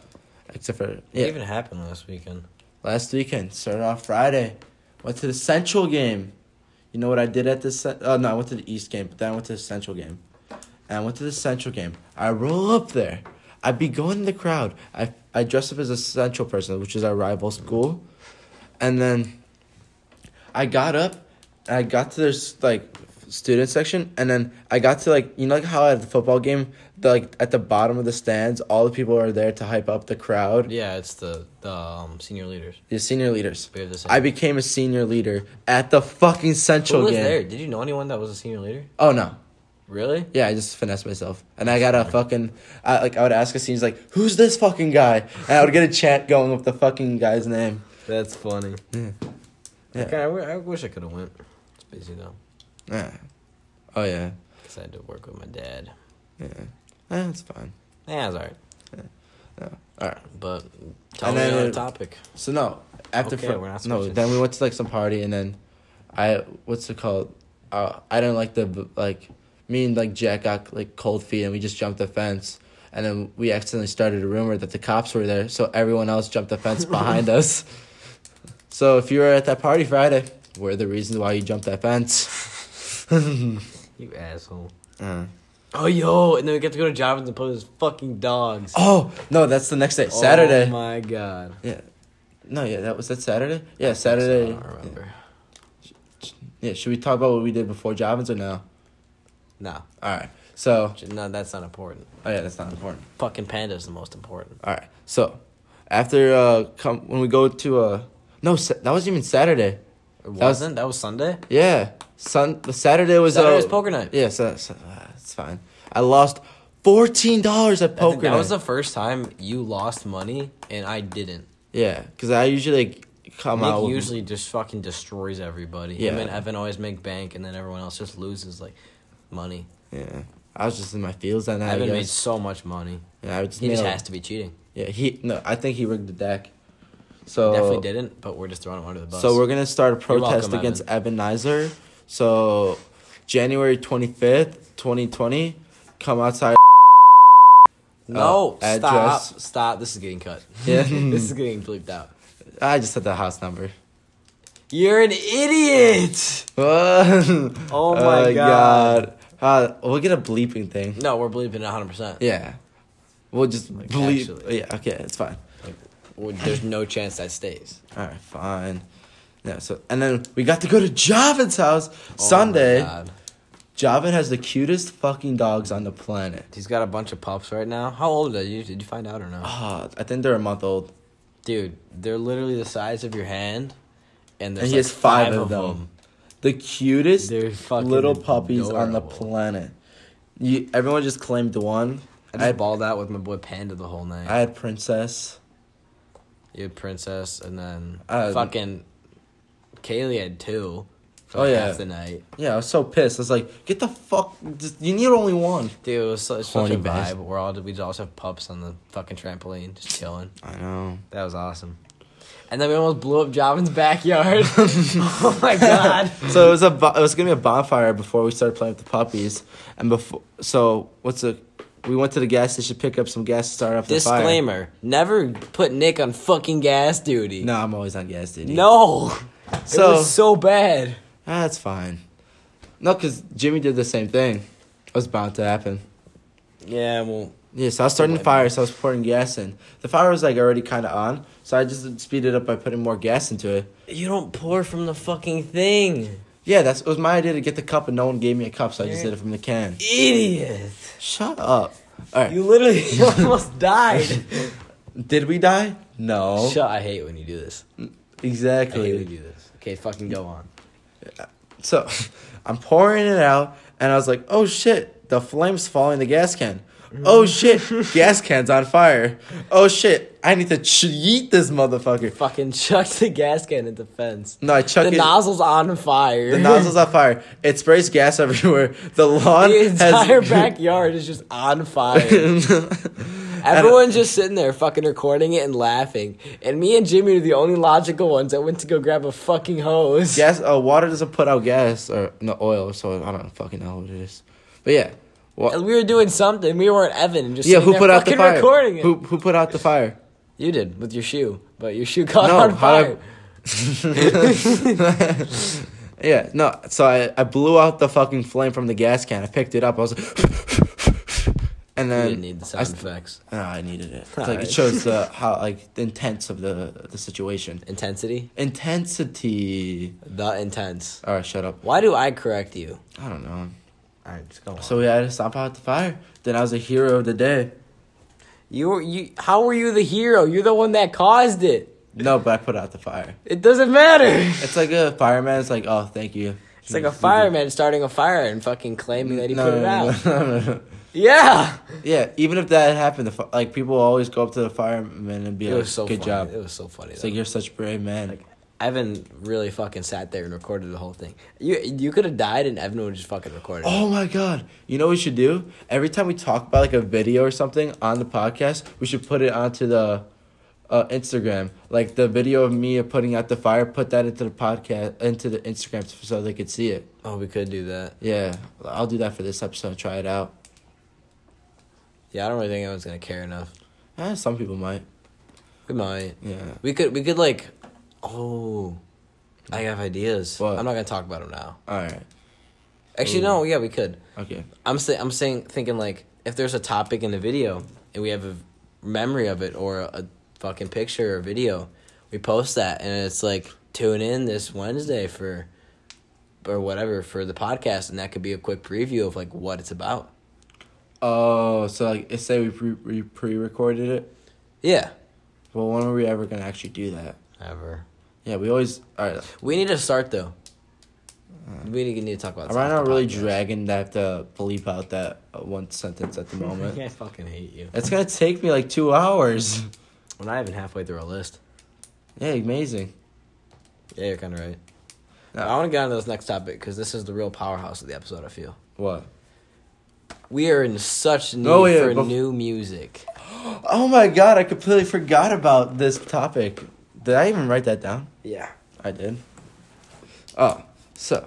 A: except for
B: It
A: yeah,
B: even happened last weekend.
A: last weekend started off friday went to the central game you know what i did at the cen- uh, no i went to the east game but then i went to the central game and i went to the central game i roll up there i be going in the crowd i i dress up as a central person which is our rival school and then i got up and i got to this like student section and then i got to like you know like how at the football game the, like at the bottom of the stands all the people are there to hype up the crowd
B: Yeah, it's the the um, senior leaders.
A: the senior leaders
B: We have the same.
A: I became a senior leader at the fucking
B: Who
A: Central
B: was
A: game.
B: there? Did you know anyone that was a senior leader?
A: Oh no.
B: Really?
A: Yeah, I just finessed myself, and I got a fucking, I, like I would ask a senior like, "Who's this fucking guy?" And I would get a chant going with the fucking guy's name.
B: That's funny.
A: Yeah. Yeah.
B: Okay, I, w- I wish I could have went. It's busy though,
A: Yeah. Oh yeah,
B: because I had to work with my dad.
A: yeah, Eh, it's fine.
B: Yeah, it's alright.
A: Yeah. Alright.
B: But tell
A: And
B: me
A: then
B: another
A: it-
B: topic.
A: So no, after
B: Okay,
A: fir-
B: we're not
A: no,
B: switching.
A: then we went to like some party, and then I what's it called? Uh, I didn't like the like me and like Jack got like cold feet, and we just jumped the fence, and then we accidentally started a rumor that the cops were there, so everyone else jumped the fence behind us. So if you were at that party Friday, we're the reason why you jumped that fence.
B: You asshole.
A: Uh.
B: Oh yo, and then we get to go to Jonathan's and play with his fucking dogs.
A: Oh no, that's the next day, Saturday.
B: Oh my god.
A: yeah, no, yeah, that was that Saturday. Yeah,
B: So,
A: Saturday.
B: I don't remember.
A: Yeah, should we talk about what we did before Javins or no?
B: No,
A: All right. So,
B: j- no, that's not important.
A: oh yeah, that's not important.
B: Fucking panda's the most important.
A: All right. So, after uh, come when we go to uh, no, Sa- that wasn't even Saturday.
B: It
A: was-
B: wasn't. That was Sunday.
A: Yeah, Sun. The Saturday was
B: Saturday was
A: uh,
B: poker night.
A: Yeah, so, so uh, it's fine. I lost fourteen dollars at
B: I
A: poker.
B: think that
A: night.
B: was the first time you lost money and I didn't.
A: yeah, because I usually like, come out.
B: Nick
A: with-
B: usually just fucking destroys everybody. Yeah. Him
A: Yeah.
B: and Evan always make bank, and then everyone else just loses like money.
A: yeah, I was just in my fields that night. I
B: Evan made
A: guess.
B: so much money.
A: yeah, I just
B: He just
A: nailed-
B: has to be cheating.
A: Yeah, he no. I think he rigged the deck. So
B: Definitely didn't, but we're just throwing him under the bus.
A: So we're gonna start a protest
B: welcome,
A: against Evan Nizer. So January twenty fifth, twenty twenty, come outside.
B: no
A: uh,
B: stop
A: address.
B: stop. This is getting cut.
A: Yeah.
B: this is getting bleeped out.
A: I just said the house number.
B: You're an idiot.
A: oh
B: my God.
A: Uh, we'll get a bleeping thing.
B: No, we're bleeping it 100. percent
A: Yeah, we'll just bleep.
B: actually.
A: Yeah, okay, it's fine.
B: There's no chance that stays.
A: All right, fine. Yeah. So and then we got to go to Javin's house
B: Oh
A: Sunday.
B: my God.
A: Javin has the cutest fucking dogs on the planet.
B: He's got a bunch of pups right now. How old are you? Did you find out or no?
A: Ah, I think they're a month old.
B: Dude, they're literally the size of your hand, and there's
A: And he
B: like
A: has five of them. The cutest
B: They're fucking
A: little puppies on the
B: adorable.
A: planet. You, everyone just claimed one.
B: I
A: I
B: just
A: had,
B: balled out with my boy Panda the whole night.
A: I had Princess.
B: you had Princess, and then
A: I had-
B: fucking Kaylee had two. For
A: Oh,
B: like
A: yeah.
B: half the night,
A: Yeah, I was so pissed. I was like, get the fuck. Just, you need only one.
B: dude. It was such, such a
A: Horny
B: vibe.
A: bastard.
B: We're all we just also have pups on the fucking trampoline, just chilling.
A: I know.
B: That was awesome. And then we almost blew up Javin's backyard. oh my god!
A: so it was a bo- it was gonna be a bonfire before we started playing with the puppies, and before so what's a we went to the gas station to pick up some gas to start off the fire.
B: Disclaimer: Never put Nick on fucking gas duty.
A: No, I'm always on gas duty.
B: No.
A: So-
B: it was so bad.
A: that's fine. No, because Jimmy did the same thing. It was bound to happen.
B: Yeah, well,
A: Yeah, so I was starting the fire, so I was pouring gas in. The fire was like already kind of on, so I just speeded up by putting more gas into it.
B: You don't pour from the fucking thing.
A: Yeah, that's it was my idea to get the cup, and no one gave me a cup, so I just did it from the can.
B: Idiot.
A: Shut up. All right.
B: You literally almost died.
A: Did we die? No.
B: Shut, I hate when you do this. I hate when
A: exactly.
B: you do this. Okay, fucking go on.
A: So, I'm pouring it out, and I was like, "Oh shit, the flames following the gas can." Oh shit, gas can's on fire. Oh shit, I need to ch- yeet this motherfucker.
B: Fucking chuck the gas can at the fence.
A: No, I chuck
B: the
A: it.
B: nozzle's on fire.
A: the nozzle's on fire. It sprays gas everywhere. The lawn
B: the entire
A: has
B: backyard is just on fire.
A: uh,
B: Everyone's just sitting there fucking recording it and laughing. And me and Jimmy are the only logical ones that went to go grab a fucking hose.
A: gas. Uh, water doesn't put out gas or no oil, so I don't fucking know what it is. But yeah, Wa-
B: And we were doing something. We weren't Evan. And just
A: yeah.
B: sitting
A: Who
B: there
A: put out the
B: fucking
A: fire?
B: Recording it.
A: Who who put out the fire?
B: You did with your shoe, but your shoe caught
A: No,
B: on
A: how
B: fire.
A: did Yeah, no. So I, I blew out the fucking flame from the gas can. I picked it up. I was like, and
B: You
A: then
B: didn't need the
A: I
B: sound
A: s-
B: effects.
A: No, I needed it. It's
B: All
A: like
B: right.
A: it shows the how like the intense of the the situation.
B: Intensity,
A: Intensity.
B: the intense.
A: All right, shut up.
B: Why do I correct you?
A: I don't know.
B: All right, just go on.
A: So we had to stomp out the fire. Then I was a hero of the day.
B: you were you. How were you the hero? You're the one that caused it.
A: No, but I put out the fire.
B: It doesn't matter.
A: It's like a fireman. It's like, oh, thank you.
B: It's like a fireman starting a fire and fucking claiming that he put it out.
A: no, no, no.
B: Yeah,
A: Yeah, even if that happened, the fi- like people always go up to the fireman and be
B: it
A: like,
B: was so
A: "Good
B: funny.
A: job."
B: It was so funny.
A: It's
B: though.
A: like you're such a brave man.
B: Evan really fucking sat there and recorded the whole thing. You you could have died and Evan would have just fucking recorded. it.
A: oh my god! You know what we should do? Every time we talk about like a video or something on the podcast, we should put it onto the uh, Instagram. Like the video of me putting out the fire, put that into the podcast, into the Instagram, so they could see it.
B: Oh, we could do that.
A: Yeah, I'll do that for this episode. Try it out.
B: Yeah, I don't really think anyone's gonna care enough.
A: Eh, some people might.
B: We might.
A: Yeah.
B: We could we could like, oh, I have ideas.
A: What?
B: I'm not gonna talk about them now.
A: All right.
B: Actually, no. Yeah, we could.
A: Okay.
B: I'm say, I'm saying thinking like if there's a topic in the video and we have a memory of it or a, fucking picture or video, we post that and it's like tune in this Wednesday for or whatever for the podcast and that could be a quick preview of like what it's about.
A: Oh, so like, let's say we pre- we pre-recorded it.
B: Yeah.
A: Well, when are we ever gonna actually do that?
B: Ever.
A: Yeah, we always all right.
B: We need to start though. We need, need to talk about.
A: I'm right now really dragging that to bleep out that uh, one sentence at the moment.
B: I fucking hate you.
A: It's gonna take me like two hours.
B: We're not even halfway through our list.
A: Yeah, amazing.
B: Yeah, you're kind of right.
A: No.
B: I want to get on to this next topic because this is the real powerhouse of the episode. I feel
A: What?
B: we are in such need
A: Oh, yeah,
B: for
A: bef-
B: new music.
A: Oh my god, I completely forgot about this topic. Did I even write that down?
B: Yeah.
A: I did. Oh, so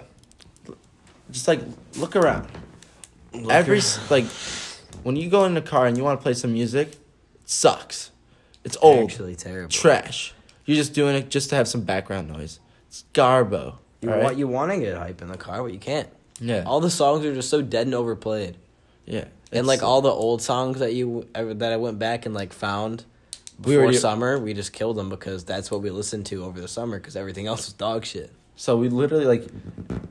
A: just like look around. Every s like when you go in the car and you want to play some music, it sucks. It's old,
B: actually terrible.
A: trash. You're just doing it just to have some background noise. It's garbo.
B: you
A: alright?
B: want you want to get hype in the car, but you can't.
A: yeah,
B: All the songs are just so dead and overplayed,
A: yeah,
B: and
A: It's-
B: like all the old songs that you ever- that I went back and like found.
A: We
B: Before
A: already-
B: summer, we just killed them because that's what we listened to over the summer because everything else was dog shit.
A: So we literally like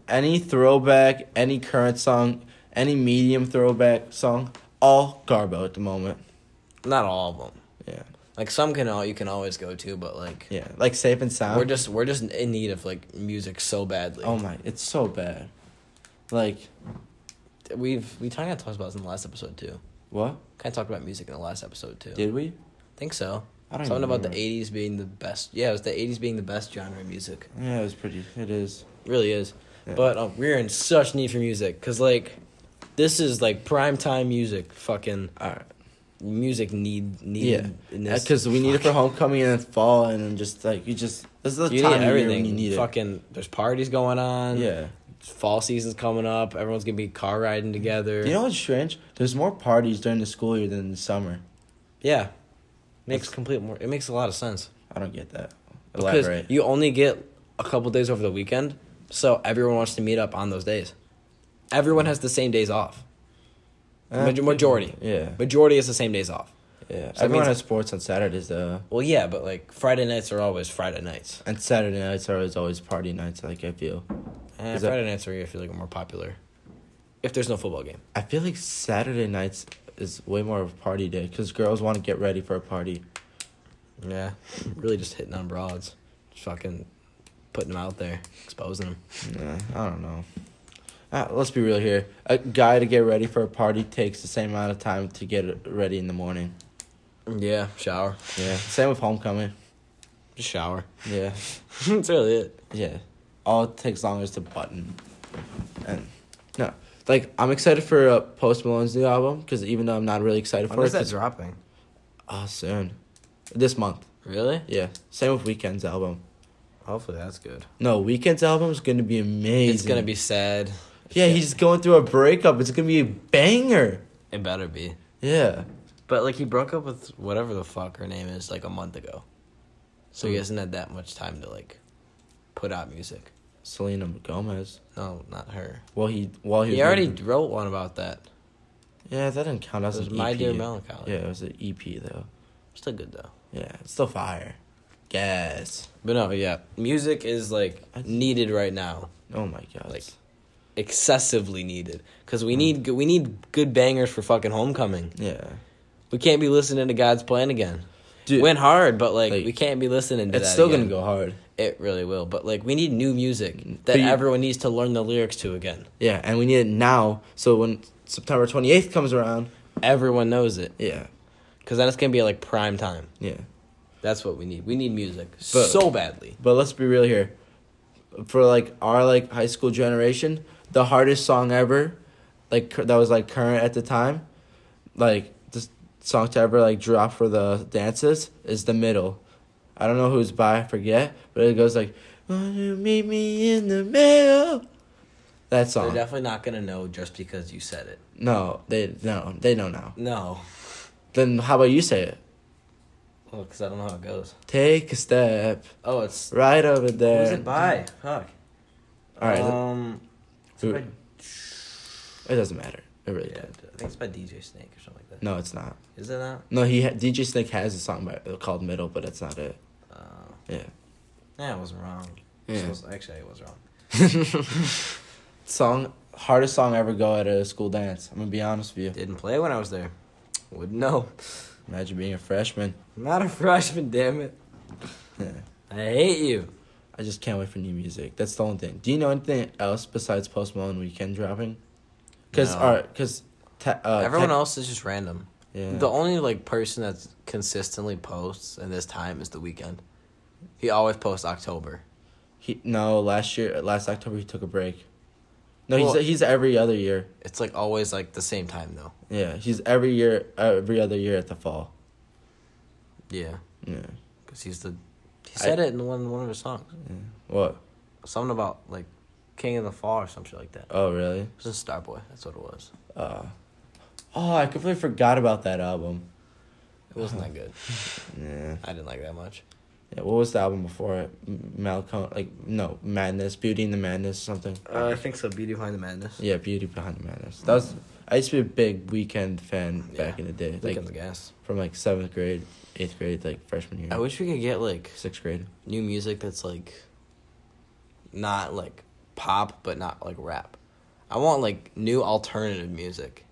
A: any throwback, any current song, any medium throwback song, all garbo at the moment.
B: Not all of them.
A: Yeah,
B: Like some can all you can always go to, but like
A: yeah, like safe and sound.
B: we're just we're just in need of like music so badly.
A: oh my, it's so bad. Like
B: We've we kind of talked about this in the last episode too.
A: what
B: Kind of talked about music in the last episode too.
A: did we?
B: think so.
A: I don't
B: Something
A: even
B: about the
A: remember.
B: '80s being the best. Yeah, it was the '80s being the best genre of music.
A: Yeah, it was pretty. It is.
B: really is.
A: Yeah.
B: But um, we're in such need for music because like this is like prime time music. Fucking uh,
A: All right.
B: music need
A: Yeah,
B: need
A: because uh, we need it for homecoming and then fall and then just like you just this is the
B: You
A: time
B: need
A: of year when
B: everything.
A: you need it.
B: Fucking, there's parties going on.
A: Yeah.
B: fall season's coming up. Everyone's gonna be car riding together.
A: You know what's strange? There's more parties during the school year than in the summer.
B: yeah, makes
A: That's-
B: complete more. It makes a lot of sense
A: I don't get that.
B: because
A: Elaborate.
B: you only get a couple days over the weekend, so everyone wants to meet up on those days. Everyone has the same days off.
A: Uh,
B: Maj- majority.
A: Yeah.
B: Majority is the same days off.
A: Yeah.
B: So that
A: Everyone
B: means-
A: has sports on Saturdays though.
B: Well, yeah, but like Friday nights are always Friday nights.
A: And Saturday nights are always always party nights, like I feel.
B: Eh,
A: Is that-
B: Friday nights are I feel like more popular. If there's no football game,
A: I feel like Saturday nights is way more of a party day because girls want to get ready for a party.
B: yeah, really just hitting on broads, just fucking putting them out there, exposing them.
A: Nah, I don't know. Uh, let's be real here. A guy to get ready for a party takes the same amount of time to get ready in the morning.
B: Yeah, shower,
A: Yeah. Same with homecoming.
B: just shower.
A: Yeah.
B: That's really it.
A: Yeah. All it takes longer is to button. And no. Like I'm excited for uh, Post Malone's new album because even though I'm not really excited for it, 'cause-
B: dropping?
A: Ah, soon, this month.
B: Really?
A: Yeah. Same with Weekend's album.
B: Hopefully that's good.
A: No, Weekend's album is gonna be amazing.
B: It's gonna be sad.
A: Yeah, he's going through a breakup. It's gonna be a banger.
B: It better be.
A: Yeah.
B: But like he broke up with whatever the fuck her name is like a month ago, so he
A: Mm.
B: hasn't had that much time to like put out music.
A: Selena Gomez.
B: No, not her.
A: Well, he while he,
B: He
A: was
B: already
A: making-
B: wrote one about that.
A: Yeah, that didn't count as
B: It was E
A: an
B: My
A: EP.
B: Dear Melancholy.
A: Yeah, it was an EP though.
B: Still good though.
A: Yeah, it's still fire. Gas.
B: But no, yeah, music is like
A: I-
B: needed right now,
A: Oh my god.
B: Like- excessively needed, because we need we need good bangers for fucking homecoming.
A: yeah.
B: We can't be listening to God's Plan again.
A: Dude,
B: Went hard, but like,
A: like,
B: we can't be listening to
A: it's
B: that
A: still
B: again.
A: gonna go hard.
B: It really will, but like we need new music
A: Mm-hmm. But
B: that
A: you-
B: everyone needs to learn the lyrics to again.
A: Yeah, and we need it now. So when September twenty eighth comes around,
B: Everyone knows it,
A: yeah,
B: because then it's gonna be like prime time.
A: yeah.
B: That's what we need. We need music
A: But-
B: so badly.
A: But let's be real here. For like our like high school generation, the hardest song ever, like cur- that was like current at the time, like the song to ever like drop for the dances is the middle. I don't know who's by, I forget, but it goes like, "Want you meet me in the middle?" That
B: They're
A: song.
B: definitely not gonna know just because you said it.
A: no, they no, they know now.
B: No,
A: Then how about you say it?
B: well, because I don't know how it goes.
A: Take a step
B: Oh, it's
A: right over there.
B: who's it by? Fuck.
A: All right,
B: Um, it's
A: Who-
B: by-
A: it doesn't matter. It really
B: yeah,
A: does.
B: I think it's by DJ Snake or something like that.
A: No, it's not.
B: Is it not?
A: No, he ha- DJ Snake has a song by, called Middle, but that's not it.
B: Uh,
A: Yeah.
B: yeah, I was wrong.
A: Yeah.
B: I was- actually, I was wrong.
A: Song hardest song I ever go at a school dance. I'm gonna be honest with you.
B: Didn't play when I was there. Wouldn't know.
A: Imagine being a freshman.
B: I'm not a freshman, damn it.
A: Yeah.
B: I hate you.
A: I just can't wait for new music. That's the only thing. Do you know anything else besides Post Malone weekend dropping? Because
B: No.
A: alright, because te- uh,
B: Everyone
A: tech-
B: else is just random.
A: Yeah.
B: The only like person that consistently posts in this time is the weekend. He always posts October.
A: he no last year last October he took a break. No,
B: Well-
A: he's he's every other year.
B: It's like always like the same time though.
A: Yeah, he's every year every other year at the fall.
B: Yeah,
A: Yeah.
B: because he's the. He
A: I-
B: said it in one one of his songs.
A: What?
B: Something about like King of the Fall or some shit like that.
A: Oh really?
B: It was in Starboy. That's what it was.
A: Uh, oh, I completely forgot about that album.
B: It wasn't that good.
A: Yeah.
B: I didn't like it that much.
A: yeah. What was the album before it? M- Malcolm, like no, Madness, Beauty and the Madness, or something.
B: Uh, I think so. Beauty Behind the Madness.
A: Yeah, Beauty Behind the Madness. That was. I used to be a big Weekend fan back
B: Yeah.
A: in the day, like
B: Weekend's gas.
A: from like seventh grade, eighth grade, like freshman year,
B: I wish we could get like
A: sixth grade.
B: new music that's like not like pop but not like rap. I want like new alternative music.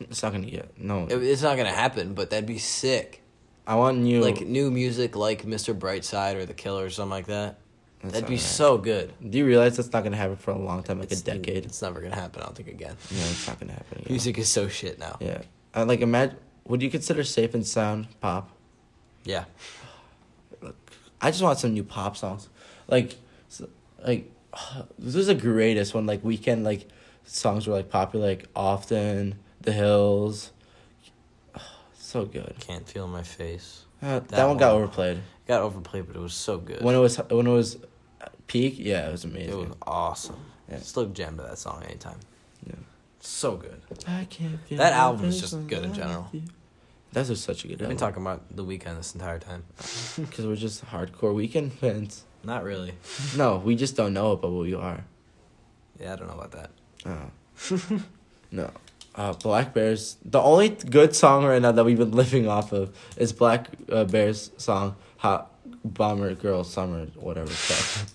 A: It's not gonna get no.
B: It, it's not gonna happen, but that'd be sick.
A: I want new.
B: Like new music like Mr. Brightside or The Killer or something like that.
A: That's
B: that'd
A: not
B: be
A: gonna
B: so good.
A: Do you realize that's not gonna happen for a long time, like
B: It's-
A: a decade?
B: It's never gonna happen, I don't think again.
A: No, it's not gonna happen. Again.
B: Music is so shit now.
A: Yeah. Uh, like imagine. Would you consider safe and sound pop?
B: Yeah.
A: I just want some new pop songs. Like, s- like this was the greatest when like weekend like songs were like popular like often the hills. So good.
B: Can't feel my face.
A: Uh, that,
B: That
A: one, got
B: one.
A: overplayed.
B: Got overplayed, but it was so good.
A: When it was when it was peak, yeah, it was amazing.
B: it was awesome.
A: Yeah.
B: Still jam to that song anytime.
A: Yeah.
B: So good.
A: I can't feel
B: That
A: my
B: album is
A: face
B: just
A: when
B: good in
A: I'm with
B: general.
A: you. That's just such a good
B: We've been
A: album
B: talking about the weekend this entire time.
A: because we're just hardcore weekend fans.
B: Not really.
A: No, we just don't know it, but we are.
B: Yeah, I don't know about that.
A: Oh. no. Uh, Black Bears. The only good song right now that we've been living off of is Black uh, Bears song, "Hot Bomber Girl Summer," whatever. it's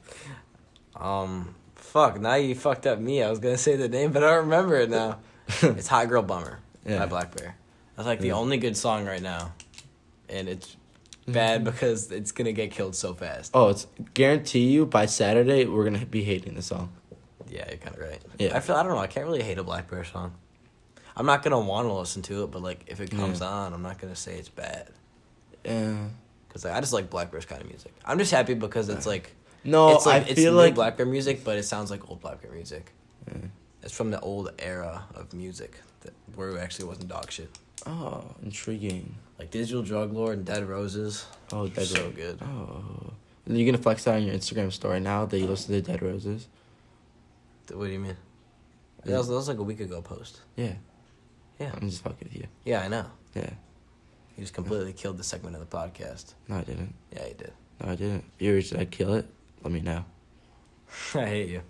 A: called.
B: Um, fuck. Now you fucked up me. I was gonna say the name, but I don't remember it now. it's "Hot Girl Bummer"
A: Yeah.
B: by Black Bear. That's like the
A: Yeah. Mm-hmm.
B: only good song right now, and it's bad because it's gonna get killed so fast.
A: oh, it's guarantee you by Saturday we're gonna be hating the song.
B: Yeah, you're kind of right.
A: Yeah.
B: I feel I don't know. I can't really hate a Black Bear song. I'm not gonna want to listen to it, but like if it comes
A: Yeah.
B: on, I'm not gonna say it's bad
A: Yeah.
B: because like, I just like Black Bear's kind of music. I'm just happy because it's like
A: No,
B: it's like
A: I
B: it's
A: feel
B: new
A: like
B: Black Bear music, but it sounds like old Black Bear music. It's from the old era of music that where it actually wasn't dog shit.
A: oh, intriguing.
B: Like Digital Drug Lord and Dead Roses.
A: Oh, Dead
B: so
A: Roses.
B: good.
A: Oh, you're gonna flex that on your Instagram story now that you listen to Dead Roses.
B: Th- What do you mean? That was, that was like a week ago post.
A: Yeah.
B: Yeah.
A: I'm just fucking with you.
B: Yeah, I know.
A: Yeah.
B: You just completely killed the segment of the podcast.
A: No, I didn't.
B: Yeah, you did.
A: No, I didn't. You should I kill it? Let me know.
B: I hate you.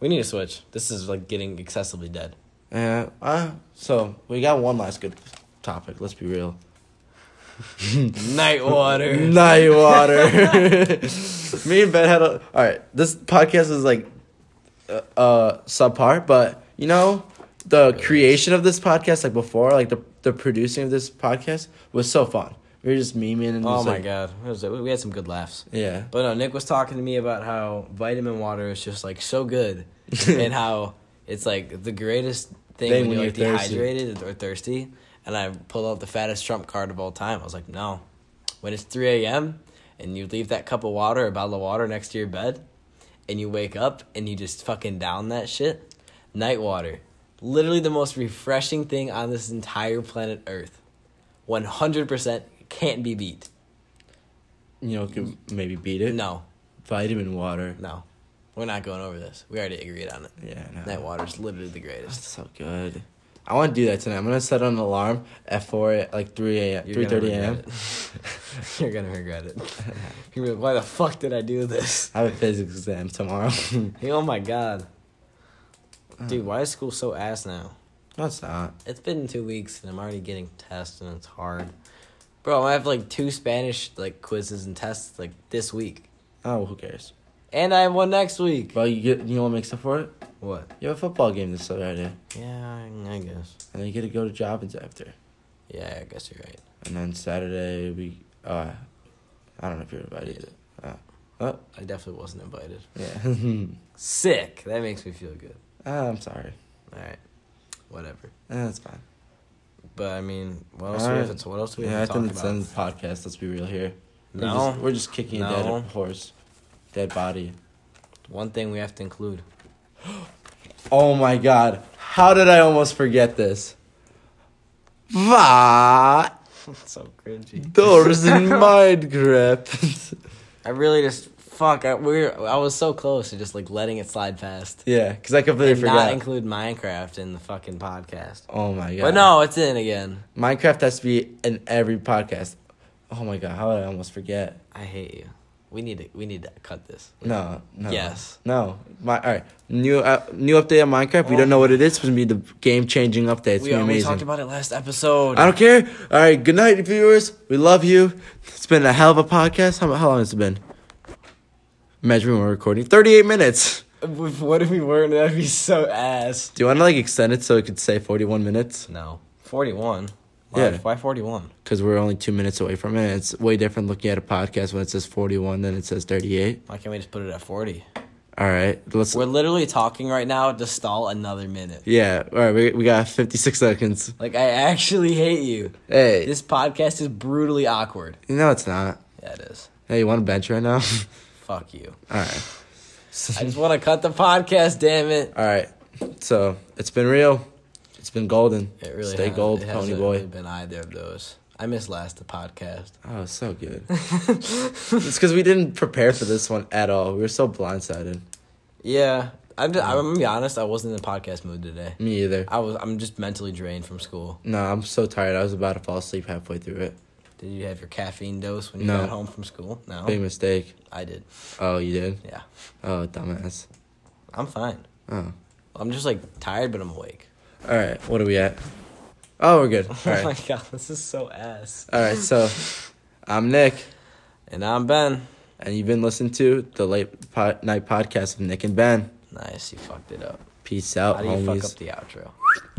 B: We need to switch. This is like getting excessively dead.
A: Yeah. Uh, so we got one last good topic. Let's be real.
B: Night water.
A: Night water. Me and Ben had a. All right, this podcast is like, uh, uh subpar, but you know, the creation of this podcast, like before, like the the producing of this podcast was so fun. We were just memeing and
B: Oh
A: just
B: my
A: like,
B: god. What was it? We had some good laughs.
A: Yeah.
B: But no, Nick was talking to me about how vitamin water is just like so good and how it's like the greatest thing
A: Thing when
B: when you're like
A: you're thirsty.
B: dehydrated or thirsty. And I pulled out the fattest Trump card of all time. I was like, no. When it's 3 a.m. and you leave that cup of water or bottle of water next to your bed and you wake up and you just fucking down that shit, night water. Literally the most refreshing thing on this entire planet Earth. 100% can't be beat.
A: You know, could maybe beat it.
B: No.
A: Vitamin water.
B: No, we're not going over this. We already agreed on it.
A: Yeah. No.
B: That water's literally the greatest.
A: That's so good. I want to do that tonight. I'm gonna set an alarm at four, a- like three a.m., three
B: You're gonna
A: thirty
B: regret
A: a.m.
B: it. You're gonna regret it. You're gonna be like, why the fuck did I do this?
A: I have a physics exam tomorrow.
B: Hey, Oh my god, dude, why is school so ass now?
A: no, it's not.
B: It's been two weeks and I'm already getting tests and it's hard, bro. I have like two Spanish like quizzes and tests like this week,
A: Oh, well, who cares?
B: and I have one next week.
A: Well, you get you know what makes up for it?
B: What?
A: You have a football game this Saturday,
B: Yeah, I guess.
A: and then you get to go to Jobbins after,
B: Yeah, I guess you're right.
A: and then Saturday we, uh, I don't know if you're invited. Uh, oh,
B: I definitely wasn't invited.
A: yeah.
B: Sick. That makes me feel good.
A: Ah, I'm sorry.
B: All right, whatever.
A: Ah, That's fine.
B: But I mean, what else do we have to? What else do we
A: Yeah, I
B: have to talk
A: think it's
B: about?
A: end the podcast. Let's be real here. We're
B: no,
A: just, we're just kicking a
B: No.
A: dead horse, dead body.
B: one thing we have to include.
A: Oh my god. How did I almost forget this? Vadors
B: so cringy.
A: in Minecraft.
B: I really just fuck. I, we're I was so close to just like letting it slide past,
A: yeah, because I completely
B: and not
A: forgot.
B: include Minecraft in the fucking podcast.
A: oh my god.
B: But no, it's in again.
A: Minecraft has to be in every podcast. Oh my god, how did I almost forget?
B: I hate you. We need to we need to cut this.
A: No, no.
B: Yes.
A: No. My all right. New uh, new update on Minecraft. We don't know what it is. It's going to be the game changing update. It's
B: we
A: going to be
B: only
A: amazing.
B: talked about it last episode.
A: I don't care. All right. Good night, viewers. We love you. It's been a hell of a podcast. How, how long has it been? Imagine when we're recording. 38 minutes.
B: If- what if we weren't? That'd be so ass.
A: Do you want to like extend it so it could say 41 minutes?
B: No, forty one.
A: Yeah.
B: Why forty one?
A: Because we're only two minutes away from it. And it's way different looking at a podcast when it says 41 than it says 38.
B: Why can't we just put it at forty?
A: All right. Let's.
B: We're literally talking right now to stall another minute.
A: yeah. All right. We, we got 56 seconds.
B: Like I actually hate you.
A: Hey.
B: This podcast is brutally awkward.
A: no, it's not.
B: Yeah, it is.
A: Hey, you want to bench right now?
B: Fuck you.
A: all right.
B: I just want to cut the podcast. Damn it.
A: All right. So it's been real. It's been golden.
B: It really
A: Stay
B: ha-
A: gold,
B: it
A: pony
B: hasn't
A: boy.
B: really been either of those. I missed last the podcast.
A: Oh, it's so good. it's because we didn't prepare for this one at all. We were so blindsided.
B: Yeah, I'm. Just, I'm gonna be honest. I wasn't in the podcast mood today.
A: Me either.
B: I was. I'm just mentally drained from school.
A: No, I'm so tired. I was about to fall asleep halfway through it.
B: Did you have your caffeine dose when you
A: No.
B: got home from school? No,
A: Big mistake.
B: I did.
A: Oh, you did?
B: Yeah,
A: Oh, dumbass.
B: I'm fine.
A: Oh.
B: I'm just like tired, but I'm awake.
A: All right, what are we at? Oh, we're good. All
B: Oh my
A: right.
B: god, this is so ass.
A: All right, so I'm Nick,
B: And I'm Ben.
A: and you've been listening to the Late po- Night Podcast of Nick and Ben.
B: Nice, you fucked it up.
A: Peace out,
B: How do you
A: Uh, homies.
B: fuck up the outro?